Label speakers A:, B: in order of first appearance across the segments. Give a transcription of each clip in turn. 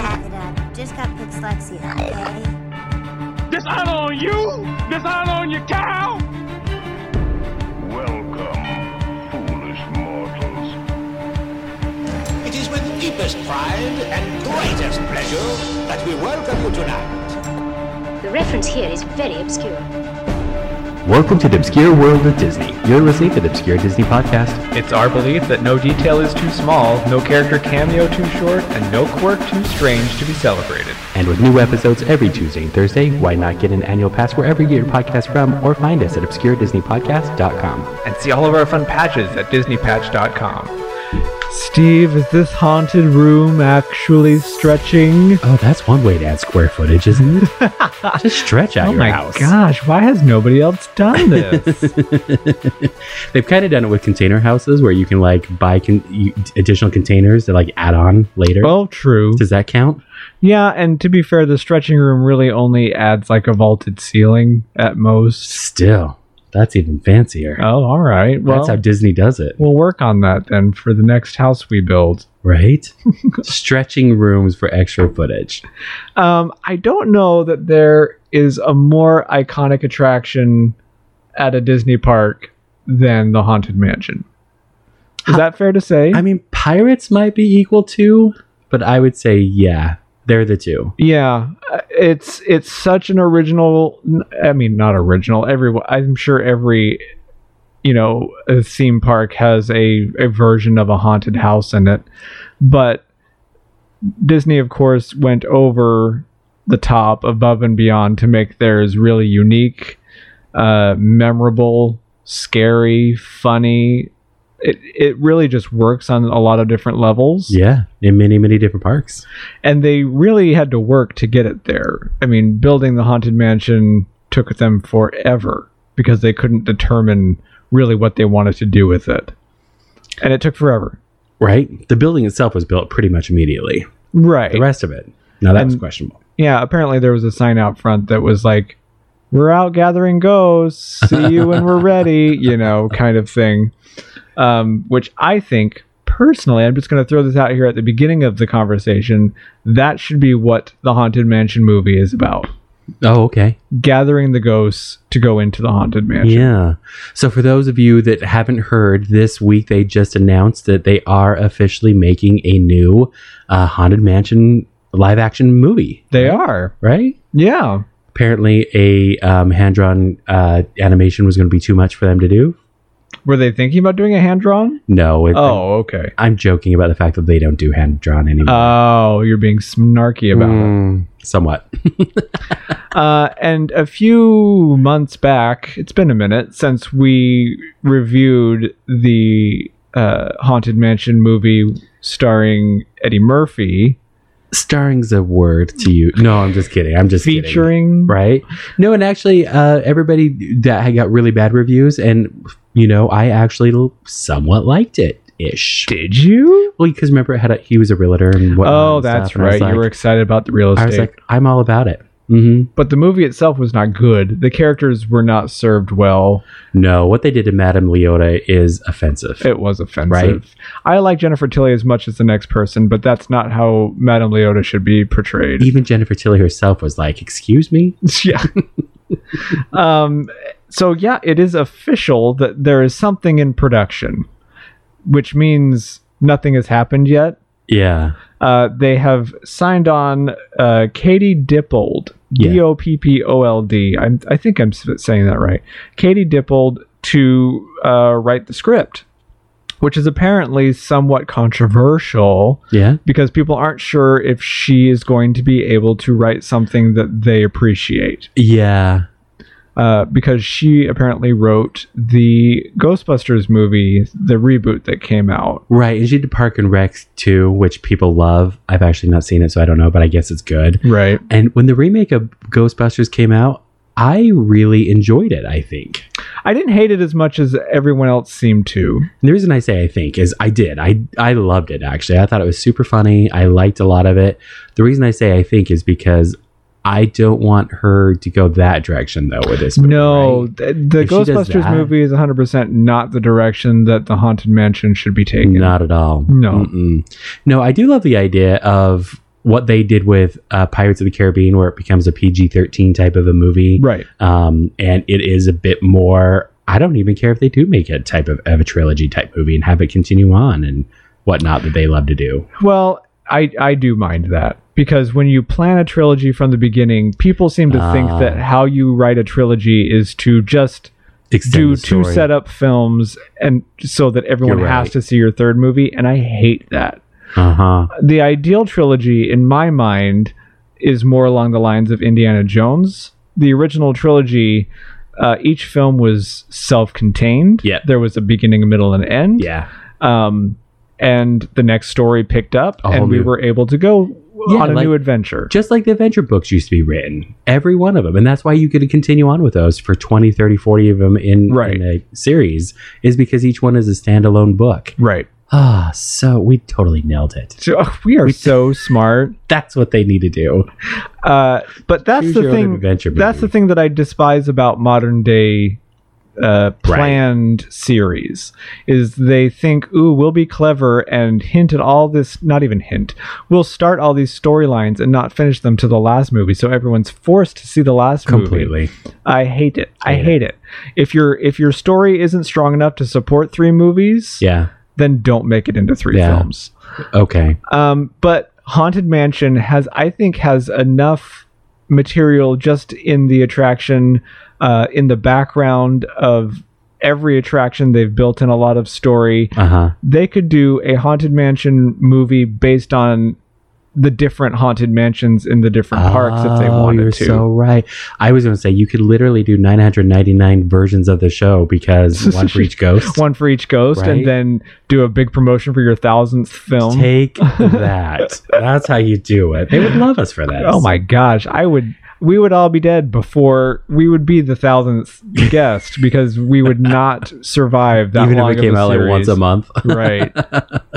A: uh, just got dyslexia, okay?
B: Dishonor on you? Dishonor on your cow?
C: Welcome, foolish mortals.
D: It is with deepest pride and greatest pleasure that we welcome you tonight.
A: The reference here is very obscure.
E: Welcome to the obscure world of Disney. You're listening to the Obscure Disney Podcast.
F: It's our belief that no detail is too small, no character cameo too short, and no quirk too strange to be celebrated.
E: And with new episodes every Tuesday and Thursday, why not get an annual pass wherever you get your podcast from or find us at obscuredisneypodcast.com.
F: And see all of our fun patches at disneypatch.com.
G: Steve, is this haunted room actually stretching?
E: Oh, that's one way to add square footage, isn't it? Just stretch out
G: oh
E: your
G: my
E: house.
G: gosh, why has nobody else done this?
E: They've kind of done it with container houses where you can like buy con- you, additional containers to like add on later.
G: well, true.
E: Does that count?
G: Yeah, and to be fair, the stretching room really only adds like a vaulted ceiling at most.
E: Still, that's even fancier.
G: Oh, all right. Well,
E: that's how Disney does it,
G: we'll work on that then for the next house we build.
E: right? Stretching rooms for extra footage.
G: Um, I don't know that there is a more iconic attraction at a Disney park than the Haunted Mansion. Is that fair to say?
E: I mean, pirates might be equal to, but I would say yeah, they're the two.
G: Yeah, uh, it's it's such an original. n- I mean, not original. Everyone, I'm sure every, you know, uh, theme park has a a version of a haunted house in it, but Disney, of course, went over the top, above and beyond, to make theirs really unique, uh, memorable, scary, funny. It it really just works on a lot of different levels
E: Yeah, in many many different parks.
G: and they really had to work to get it there. I mean, building the haunted mansion took them forever because they couldn't determine really what they wanted to do with it. And it took forever.
E: Right, the building itself was built pretty much immediately.
G: Right.
E: The rest of it, now that was
G: And-
E: questionable.
G: yeah, apparently there was a sign out front that was like we're out gathering ghosts. See you when we're ready, you know, kind of thing. Um, which I think personally, I'm just going to throw this out here at the beginning of the conversation. That should be what the Haunted Mansion movie is about.
E: Oh, okay.
G: gathering the ghosts to go into the haunted mansion.
E: Yeah. So for those of you that haven't heard, this week they just announced that they are officially making a new uh, haunted mansion live action movie.
G: They are.
E: Right.
G: Yeah.
E: Apparently, a um, hand drawn uh, animation was going to be too much for them to do.
G: Were they thinking about doing a hand drawn?
E: No. It,
G: Oh, okay.
E: I'm joking about the fact that they don't do hand drawn anymore.
G: Oh, you're being snarky about it.
E: Mm, somewhat.
G: Uh, and a few months back, it's been a minute since we reviewed the uh, Haunted Mansion movie starring Eddie Murphy,
E: Starring's a word to you. No, I'm just kidding. I'm just kidding.
G: featuring.
E: Right? No, and actually, uh, everybody that had got really bad reviews, and you know, I actually l- somewhat liked it ish.
G: Did you?
E: Well, because remember, it had a, he was a realtor and whatnot.
G: Oh,
E: and
G: that's
E: stuff, and I
G: right.
E: was
G: you were
E: like-
G: excited about the real estate.
E: I was like, I'm all about it. hmm
G: but the movie itself was not good. The characters were not served well.
E: No, what they did to Madame Leota is offensive.
G: It was offensive. I like Jennifer Tilly as much as the next person, but that's not how Madame Leota should be portrayed.
E: Even Jennifer Tilly herself was like, "Excuse me."
G: yeah. um, so yeah, it is official that there is something in production, which means nothing has happened yet.
E: Yeah,
G: Uh, they have signed on uh, Katie Dippold,
E: Yeah.
G: D O P P O L D. I'm- I think I'm s- saying that right. Katie Dippold to uh, write the script, which is apparently somewhat controversial
E: yeah.
G: because people aren't sure if she is going to be able to write something that they appreciate.
E: Yeah.
G: Uh, because she apparently wrote the Ghostbusters movie, the reboot that came out.
E: Right. And she did Park and Rec too, which people love. I've actually not seen it, so I don't know, but I guess it's good.
G: Right.
E: And when the remake of Ghostbusters came out, I really enjoyed it, I think.
G: I didn't hate it as much as everyone else seemed to.
E: And the reason I say I think is I did. I I loved it actually. I thought it was super funny. I liked a lot of it. The reason I say I think is because I don't want her to go that direction though with this movie.
G: No,
E: right?
G: th- the
E: If she does
G: Ghostbusters
E: that-
G: movie is 100% not the direction that the Haunted Mansion should be taken.
E: Not at all.
G: No.
E: Mm-mm. No, I do love the idea of what they did with uh, Pirates of the Caribbean, where it becomes a PG 13 type of a movie.
G: Right.
E: Um, and it is a bit more, I don't even care if they do make it type of, of a trilogy type movie and have it continue on and whatnot that they love to do.
G: Well, I I do mind that because when you plan a trilogy from the beginning, people seem to think
E: Ah.
G: that how you write a trilogy is to just
E: Extend
G: do
E: the
G: two
E: story.
G: setup films and so that everyone
E: You're
G: has
E: right.
G: to see your third movie and I hate that.
E: Uh-huh.
G: The ideal trilogy in my mind is more along the lines of Indiana Jones. The original trilogy uh, each film was self-contained.
E: Yeah.
G: There was a beginning, a middle, and an end
E: Yeah.
G: um, and the next story picked up,
E: A whole
G: and we
E: new-
G: were able to go
E: Yeah,
G: on a
E: like-
G: new adventure.
E: Just like the adventure books used to be written, every one of them. And that's why you could continue on with those for 20, 30, 40 of them in,
G: Right.
E: in a series, is because each one is a standalone book.
G: right.
E: Ah, so we totally nailed it.
G: So, we are so smart.
E: That's what they need to do.
G: Uh, but that's
E: Choose
G: the
E: your own
G: thing.
E: adventure
G: That's
E: movie.
G: the thing that I despise about modern day uh, planned series is they think, "Ooh, we'll be clever and hint at all this." Not even hint. We'll start all these storylines and not finish them to the last movie, so everyone's forced to see the last movie.
E: Completely.
G: I hate it. I
E: Hate
G: hate it. If your if your story isn't strong enough to support three movies,
E: Yeah.
G: then don't make it into three
E: Yeah.
G: films.
E: Okay.
G: Um, but Haunted Mansion has, I think, has enough material just in the attraction, uh, in the background of every attraction. They've built in a lot of story.
E: Uh huh.
G: They could do a Haunted Mansion movie based on the different haunted mansions in the different parks if they
E: Oh,
G: wanted
E: you're
G: to.
E: So right. I was going to say you could literally do 999 versions of the show because one for each ghost.
G: one for each ghost
E: Right?
G: and then do a big promotion for your thousandth film
E: Take that. That's how you do it. They would love us for that.
G: oh my gosh i would we would all be dead before we would be the thousandth guest because we would not survive that
E: Even
G: long
E: if it came
G: of a
E: out like
G: series.
E: once a month.
G: right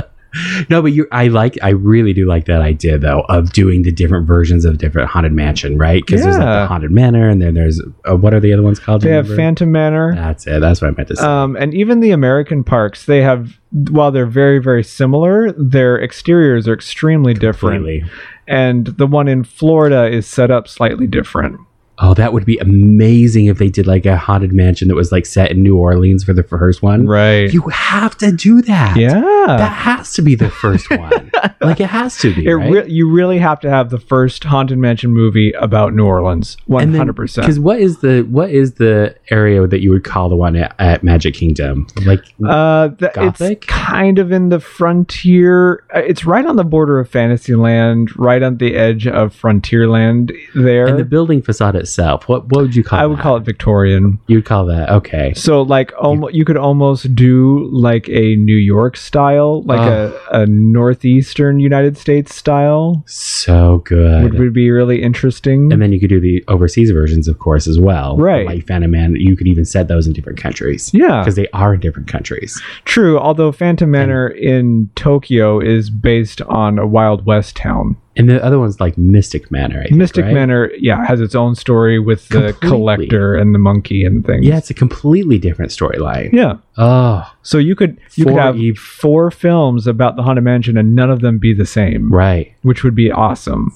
E: no, but you, I like, I really do like that idea though of doing the different versions of different haunted mansion, right? Because there's like
G: Yeah.
E: the haunted manor, and then there's uh, what are the other ones called? Do
G: they
E: you
G: have
E: remember?
G: phantom manor
E: That's it. That's what I meant to say.
G: um, and even the american parks they have while they're very very similar their exteriors are extremely different
E: Completely.
G: and the one in florida is set up slightly different
E: Oh, that would be amazing if they did like a haunted mansion that was like set in New Orleans for the first one.
G: right
E: You have to do that.
G: yeah
E: That has to be the first one. like it has to be.
G: It
E: right?
G: re- you really have to have the first haunted mansion movie about New Orleans, one hundred percent.
E: Because what is the what is the area that you would call the one at, at Magic Kingdom? Like
G: Uh, th-
E: Gothic?
G: it's kind of in the frontier. uh, It's right on the border of Fantasyland, right on the edge of Frontierland. There,
E: and the building facade itself. What what would you call?
G: I would call it Victorian.
E: You'd call that okay.
G: So, like, almost you could almost do like a New York style, like a, a northeastern United States style,
E: So good.
G: would, would be really interesting.
E: and then you could do the overseas versions, of course, as well.
G: Mm. Right.
E: Like Phantom Man, you could even set those in different countries.
G: Yeah.
E: Because they are in different countries.
G: True, although Phantom Manor in Tokyo is based on a Wild West town.
E: And the other one's like Mystic Manor. I think,
G: Mystic
E: right?
G: Manor, yeah, has its own story with the
E: Completely.
G: collector and the monkey and things.
E: Yeah, it's a completely different storyline.
G: Yeah.
E: Oh,
G: So you could you
E: Four
G: could have
E: ev-
G: four films about the Haunted Mansion and none of them be the same,
E: right.
G: which would be awesome.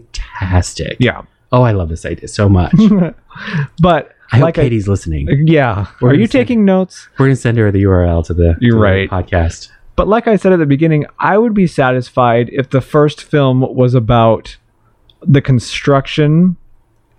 E: Fantastic.
G: Yeah.
E: Oh, I love this idea so much.
G: But
E: I
G: like
E: hope Katie's listening.
G: I, yeah.
E: We're
G: Are
E: gonna
G: you
E: send-
G: taking notes?
E: We're gonna send her the URL to the,
G: You're
E: to the
G: right.
E: podcast.
G: But like I said at the beginning, I would be satisfied if the first film was about the construction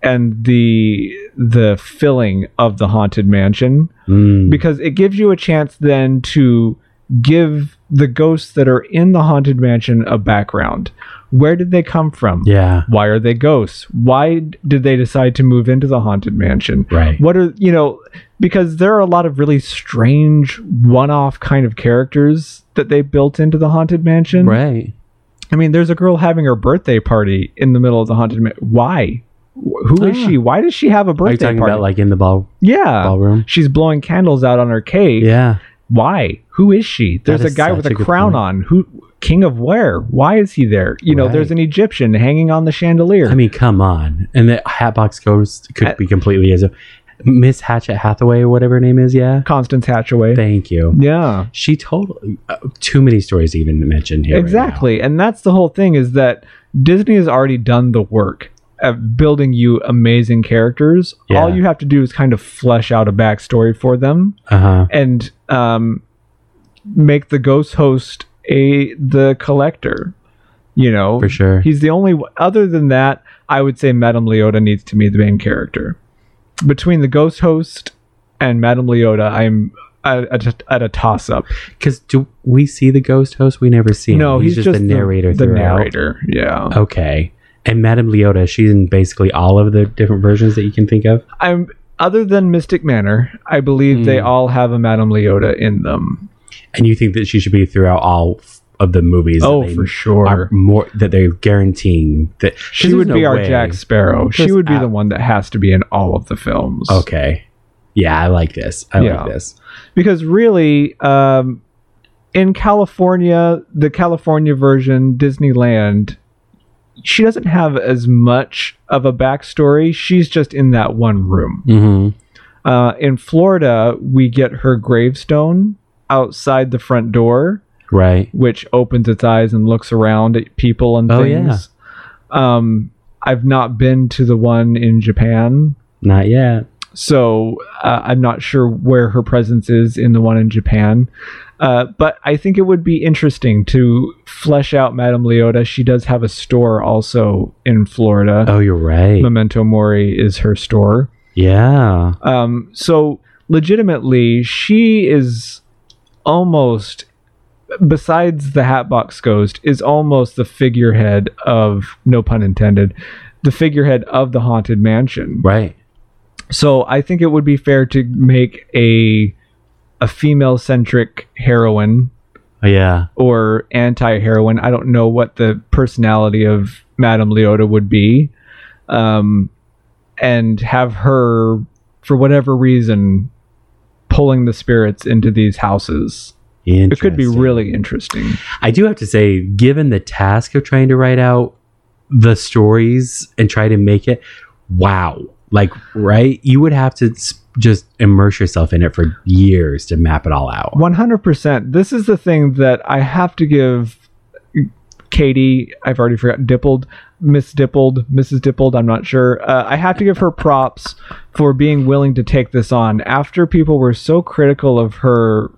G: and the the filling of the haunted mansion
E: Mm,
G: because it gives you a chance then to give the ghosts that are in the haunted mansion a background. Where did they come from?
E: yeah.
G: Why are they ghosts? Why d- did they decide to move into the haunted mansion?
E: Right.
G: What are you know? Because there are a lot of really strange one-off kind of characters that they built into the haunted mansion.
E: Right.
G: I mean, there's a girl having her birthday party in the middle of the haunted mansion. Why? Wh- Who is
E: Ah.
G: she? Why does she have a
E: Are you
G: birthday
E: talking
G: party? Uh,
E: about like in the ball
G: yeah,
E: ballroom?
G: she's blowing candles out on her cake.
E: Yeah.
G: Why? Who is she? There's a
E: is
G: guy with
E: such
G: a
E: a good
G: crown
E: point.
G: on. Who? King of where? Why is he there? You know, there's
E: Right.
G: an Egyptian hanging on the chandelier.
E: I mean, come on. And the Hatbox Ghost could
G: I-
E: be completely as a Miss Hatchet Hathaway, whatever her name is. Yeah.
G: Constance Hatchaway.
E: Thank you.
G: yeah.
E: She told uh, too many stories to even mentioned here. right now.
G: Exactly. And that's the whole thing is that Disney has already done the work of building you amazing characters.
E: Yeah.
G: All you have to do is kind of flesh out a backstory for them
E: Uh-huh.
G: and um, make the ghost host a the collector. You know,
E: For sure.
G: He's the only. Other than that, I would say Madame Leota needs to be the main character. Between the ghost host and Madame Leota, I'm at, at, at a toss up.
E: Because do we see the ghost host? We never see him.
G: No, he's, just
E: the narrator.
G: The,
E: throughout.
G: narrator, yeah.
E: Okay. And Madame Leota, she's in basically all of the different versions that you can think of.
G: I'm other than Mystic Manor, I believe they
E: Hmm.
G: all have a Madame Leota in them.
E: And you think that she should be throughout all f- of the movies? that
G: Oh,
E: they
G: for sure.
E: Are more that they're guaranteeing that 'cause
G: She
E: there's
G: would
E: no
G: be our
E: way-
G: Jack Sparrow. She
E: There's
G: would be
E: ab-
G: the one that has to be in all of the films.
E: Okay. Yeah, I like this. I
G: Yeah.
E: like this.
G: because really um, in california the california version disneyland she doesn't have as much of a backstory she's just in that one room
E: Mm-hmm.
G: uh, in florida we get her gravestone outside the front door
E: Right.
G: which opens its eyes and looks around at people and
E: Oh,
G: things um, i've not been to the one in japan
E: Not yet.
G: so uh, I'm not sure where her presence is in the one in Japan. Uh, but I think it would be interesting to flesh out Madame Leota. She does have a store also in Florida.
E: Oh, you're right.
G: Memento Mori is her store.
E: Yeah.
G: Um, so legitimately, she is almost, besides the Hatbox Ghost, is almost the figurehead of, no pun intended, the figurehead of the Haunted Mansion.
E: Right.
G: So I think it would be fair to make a a female centric heroine
E: Oh, Yeah.
G: or anti heroine. I don't know what the personality of Madame Leota would be, um, and have her for whatever reason pulling the spirits into these houses. It could be
E: Interesting.
G: really interesting.
E: I do have to say, given the task of trying to write out the stories and try to make it, wow. Like, right? You would have to s- just immerse yourself in it for years to map it all out.
G: 100%. This is the thing that I have to give Katie, I've already forgotten, Dippled, Miss Dippled, Mrs. Dippled, I'm not sure. Uh, I have to give her props for being willing to take this on. After people were so critical of her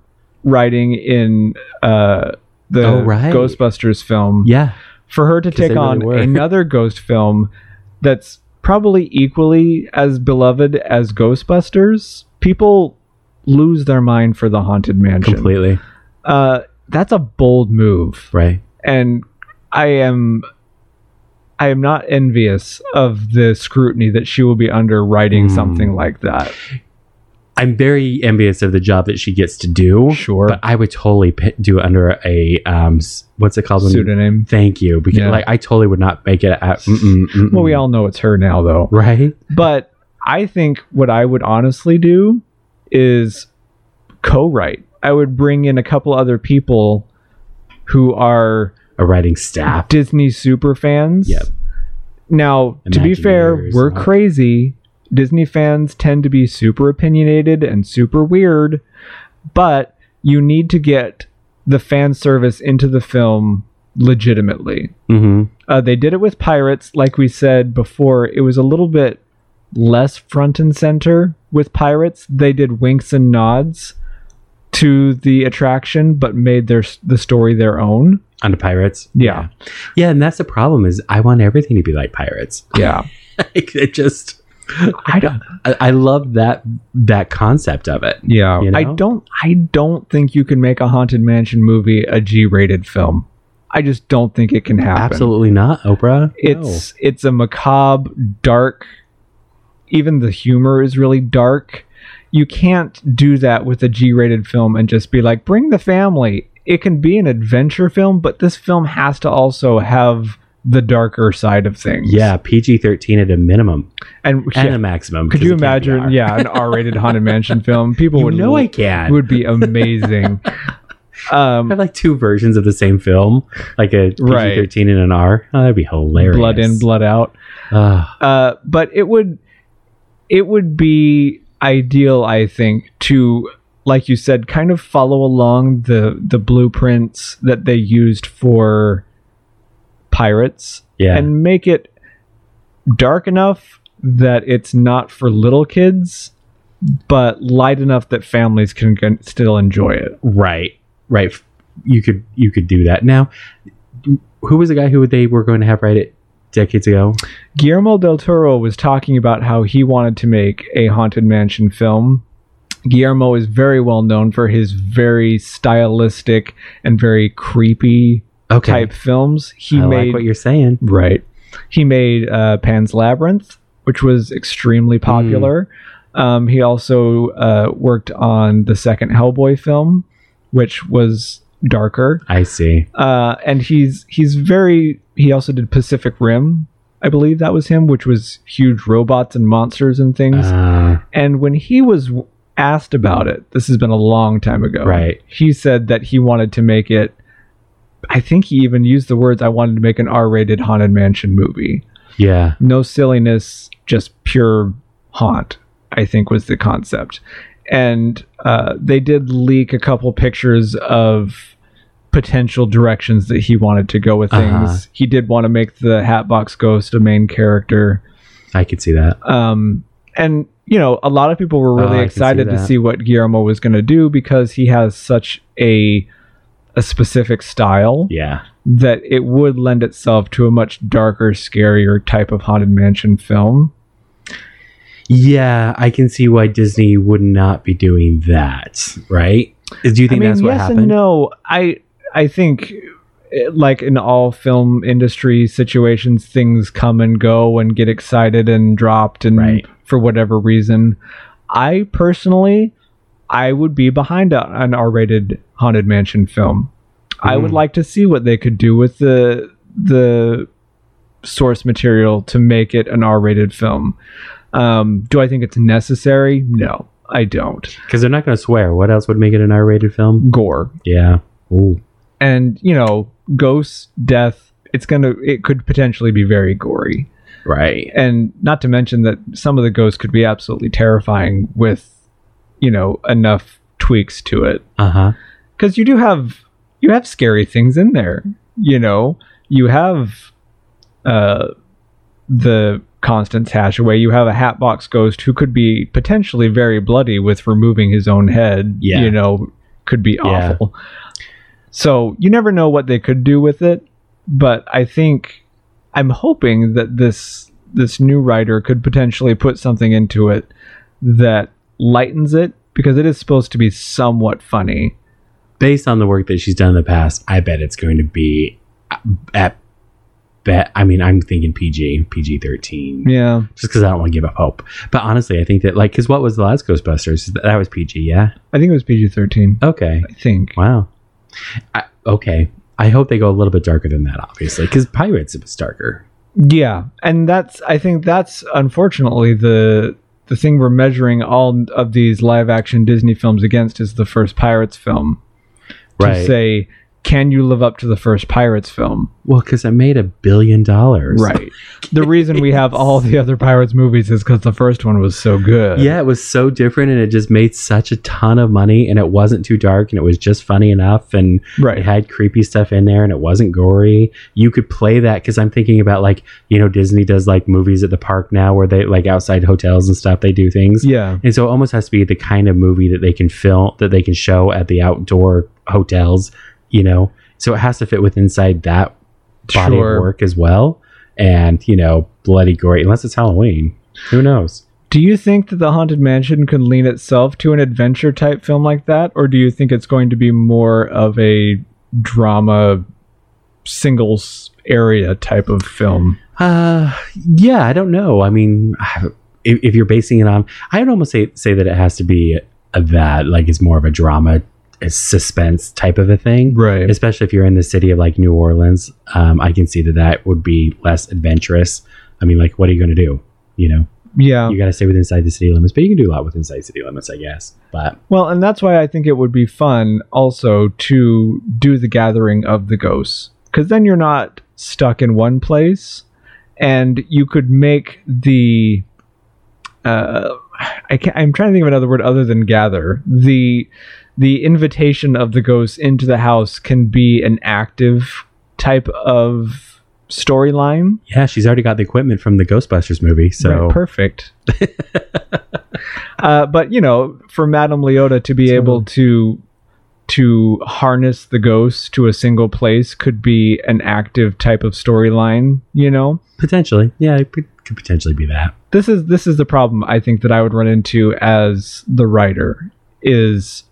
G: writing in uh, the
E: Oh, right.
G: Ghostbusters film,
E: Yeah.
G: for her to
E: they
G: take
E: really
G: on
E: were.
G: another ghost film that's probably equally as beloved as Ghostbusters, people lose their mind for the Haunted Mansion.
E: Completely.
G: Uh, that's a bold move,
E: Right.
G: and I am. I am not envious of the scrutiny that she will be under writing
E: Mm.
G: something like that.
E: I'm very envious of the job that she gets to do.
G: Sure.
E: But I would totally p- do it under a, um, s- what's it called? when-
G: Pseudonym.
E: Thank you. Because,
G: Yeah.
E: like, I totally would not make it mm, at, mm-mm, mm-mm.
G: Well, we all know it's her now, though.
E: right?
G: But I think what I would honestly do is co-write. I would bring in a couple other people who are
E: A writing staff.
G: Disney super fans.
E: Yep.
G: Now, to be fair,
E: Imagineers,
G: we're
E: huh?
G: crazy. Disney fans tend to be super opinionated and super weird, but you need to get the fan service into the film legitimately.
E: Mm-hmm.
G: Uh, they did it with Pirates, like we said before. It was a little bit less front and center with Pirates. They did winks and nods to the attraction, but made their the story their own.
E: On the pirates.
G: Yeah,
E: Yeah, and that's the problem is I want everything to be like pirates.
G: yeah.
E: like it just
G: I don't.
E: I, I love that that concept of it.
G: Yeah,
E: You
G: I
E: know?
G: don't. I don't think you can make a haunted mansion movie a G-rated film. I just don't think it can happen.
E: Absolutely not, Oprah.
G: It's it's a macabre, dark. Even the humor is really dark. You can't do that with a G-rated film and just be like, "Bring the family." It can be an adventure film, but this film has to also have the darker side of things.
E: No. yeah, PG thirteen at a minimum
G: and,
E: and
G: yeah.
E: a maximum.
G: could
E: 'cause
G: you
E: it can't be
G: imagine?
E: R.
G: Yeah, an R-rated haunted mansion film. People
E: you
G: would
E: know I can.
G: would be amazing.
E: I have
G: um,
E: like two versions of the same film, like a PG
G: Right.
E: thirteen and an R. Oh, that'd be hilarious.
G: blood in, blood out.
E: Ugh.
G: Uh, but it would it would be ideal, I think, to like you said, kind of follow along the the blueprints that they used for pirates
E: Yeah.
G: and make it dark enough that it's not for little kids, but light enough that families can, can still enjoy it.
E: right. Right. You could you could do that. Now, who was the guy who they were going to have write it decades ago?
G: Guillermo del Toro was talking about how he wanted to make a haunted mansion film. Guillermo is very well known for his very stylistic and very creepy
E: Okay.
G: type films. He
E: I
G: made
E: like what you're saying.
G: Right. He made uh, Pan's Labyrinth, which was extremely
E: Mm.
G: popular. Um, he also uh, worked on the second Hellboy film, which was darker.
E: I see.
G: Uh, and he's he's very. He also did Pacific Rim. I believe that was him, which was huge robots and monsters and things.
E: Uh,
G: And when he was w- asked about it, this has been a long time ago.
E: Right.
G: He said that he wanted to make it. I think he even used the words, "I wanted to make an R-rated haunted mansion movie.
E: yeah.
G: No silliness, just pure haunt." I think was the concept. And uh, they did leak a couple pictures of potential directions that he wanted to go with things.
E: Uh-huh.
G: He did want to make the Hatbox Ghost a main character
E: I could see that.
G: um, and you know a lot of people were really
E: Oh, I can see
G: excited to
E: that.
G: see what guillermo was going to do because he has such a a specific style
E: Yeah.
G: that it would lend itself to a much darker scarier type of haunted mansion film
E: Yeah, I can see why Disney would not be doing that, right? Do you think that's what
G: yes
E: happened?
G: and no i i think eh, like in all film industry situations things come and go and get excited and dropped and
E: Right.
G: for whatever reason i personally i would be behind a, an r-rated haunted mansion film i would
E: Mm.
G: like to see what they could do with the the source material to make it an r-rated film um, do i think it's necessary no i don't
E: Because they're not going to swear. What else would make it an R-rated film?
G: gore
E: Yeah. Ooh.
G: and you know ghosts death it's gonna it could potentially be very gory
E: Right.
G: and not to mention that some of the ghosts could be absolutely terrifying with you know enough tweaks to it
E: Uh huh.
G: because you do have you have scary things in there you know you have uh the constance hashaway you have a hatbox ghost who could be potentially very bloody with removing his own head
E: Yeah.
G: you know could be
E: Yeah.
G: awful so you never know what they could do with it but i think i'm hoping that this this new writer could potentially put something into it that lightens it because it is supposed to be somewhat funny
E: Based on the work that she's done in the past, I bet it's going to be uh, at bet. I mean, I'm thinking PG, PG thirteen,
G: Yeah.
E: just because I don't want to give up hope. But honestly, I think that like, because what was the last Ghostbusters? That was PG, yeah.
G: I think it was PG 13.
E: Okay.
G: I think.
E: Wow. I, okay. I hope they go a little bit darker than that, obviously, because Pirates is darker.
G: Yeah. And that's, I think that's unfortunately the. The thing we're measuring all of these live action Disney films against is the first Pirates film. To say, can you live up to the first Pirates film?
E: Well, because it made a billion dollars.
G: the reason we have all the other Pirates movies is because the first one was so good.
E: Yeah, it was so different and it just made such a ton of money and it wasn't too dark and it was just funny enough and it
G: Right.
E: had creepy stuff in there and it wasn't gory. You could play that because I'm thinking about like, you know, Disney does like movies at the park now where they like outside hotels and stuff, they do things.
G: Yeah.
E: And so it almost has to be the kind of movie that they can film that they can show at the outdoor hotels, you know. So it has to fit with inside that body
G: Sure.
E: of work as well. And, you know, bloody gory, unless it's Halloween. Who knows?
G: Do you think that the Haunted Mansion could lean itself to an adventure type film like that, or do you think it's going to be more of a drama singles area type of film?
E: Uh, yeah, I don't know. I mean, if, if you're basing it on, I'd almost say say that it has to be a, that like it's more of a drama, a suspense type of a thing,
G: Right.
E: especially if you're in the city of like New Orleans. Um, I can see that that would be less adventurous. I mean, like, what are you going to do? You know,
G: Yeah.
E: you got to stay within inside the city limits, but you can do a lot within inside city limits, I guess. But
G: Well, and that's why I think it would be fun also to do the gathering of the ghosts, because then you're not stuck in one place, and you could make the uh, I can't, I'm trying to think of another word other than gather. The the invitation of the ghosts into the house can be an active type of storyline.
E: Yeah, she's already got the equipment from the Ghostbusters movie, so
G: Right, perfect. uh, but you know, for Madame Leota to be able to to harness the ghosts to a single place could be an active type of storyline. You know,
E: potentially, yeah, it could could potentially be that.
G: this is this is the problem I think that I would run into as the writer is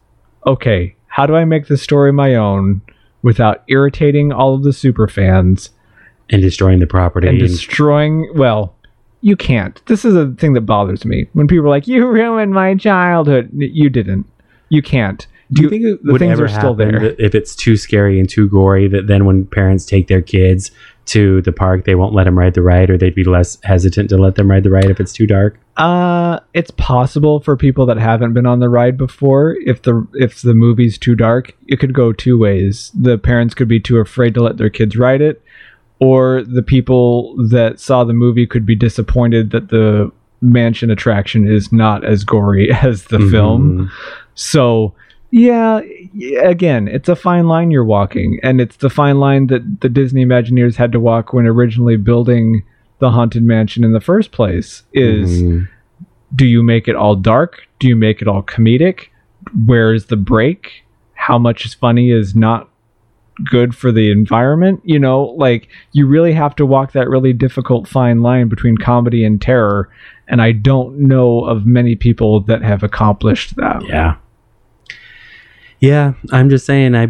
G: okay. How do I make the story my own without irritating all of the super fans?
E: And destroying the property.
G: and
E: and-
G: destroying well you can't this is a thing that bothers me when people are like you ruined my childhood N- you didn't you can't
E: do you think it
G: the
E: would
G: things
E: ever
G: are still
E: happen
G: there
E: that if it's too scary and too gory that then when parents take their kids to the park they won't let them ride the ride or they'd be less hesitant to let them ride the ride if it's too dark
G: uh it's possible for people that haven't been on the ride before if the if the movie's too dark it could go two ways the parents could be too afraid to let their kids ride it or the people that saw the movie could be disappointed that the mansion attraction is not as gory as the
E: Mm-hmm.
G: film So, yeah, y- again, it's a fine line you're walking, and it's the fine line that the Disney Imagineers had to walk when originally building the haunted mansion in the first place is
E: Mhm.
G: do you make it all dark? Do you make it all comedic? Where is the break? How much is funny is not good for the environment? You know, like you really have to walk that really difficult fine line between comedy and terror. And I don't know of many people that have accomplished that.
E: yeah yeah i'm just saying i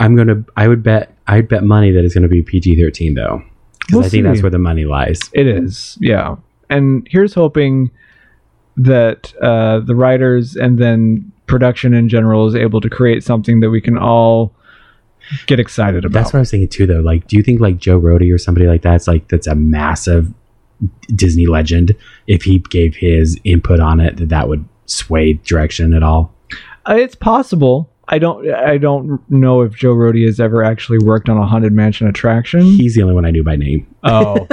E: i'm gonna i would bet i'd bet money that it's gonna be pg-13 though because
G: We'll
E: i think that's
G: see.
E: where the money lies
G: It is, yeah. And here's hoping that uh, the writers and then production in general is able to create something that we can all get excited about.
E: that's what i was thinking too though like do you think like joe Rohde or somebody like that's like that's a massive disney legend if he gave his input on it that that would sway direction at all
G: Uh, it's possible. I don't. I don't know if Joe Rohde has ever actually worked on a haunted mansion attraction.
E: He's the only one I knew by name.
G: oh,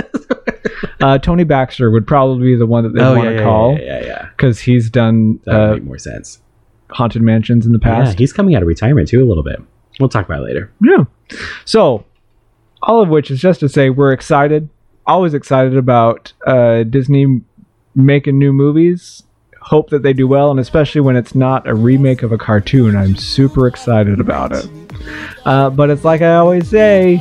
G: uh, Tony Baxter would probably be the one that they want to call
E: Oh, Yeah, yeah, yeah.
G: because he's done
E: That would
G: uh,
E: make more sense.
G: haunted mansions in the
E: Yeah,
G: past.
E: he's coming out of retirement too a little bit. We'll talk about it later.
G: Yeah. So, all of which is just to say we're excited, always excited about uh, Disney making new movies. Hope that they do well, and especially when it's not a remake of a cartoon, I'm super excited about it. Uh, but it's like I always say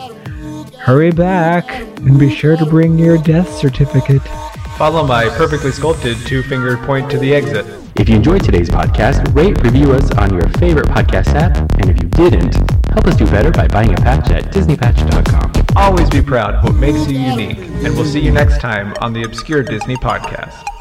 G: hurry back and be sure to bring your death certificate.
F: Follow my perfectly sculpted two fingered point to the exit.
H: If you enjoyed today's podcast, rate, review us on your favorite podcast app, and if you didn't, help us do better by buying a patch at disneypatch.com.
F: Always be proud of what makes you unique, and we'll see you next time on the Obscure Disney Podcast.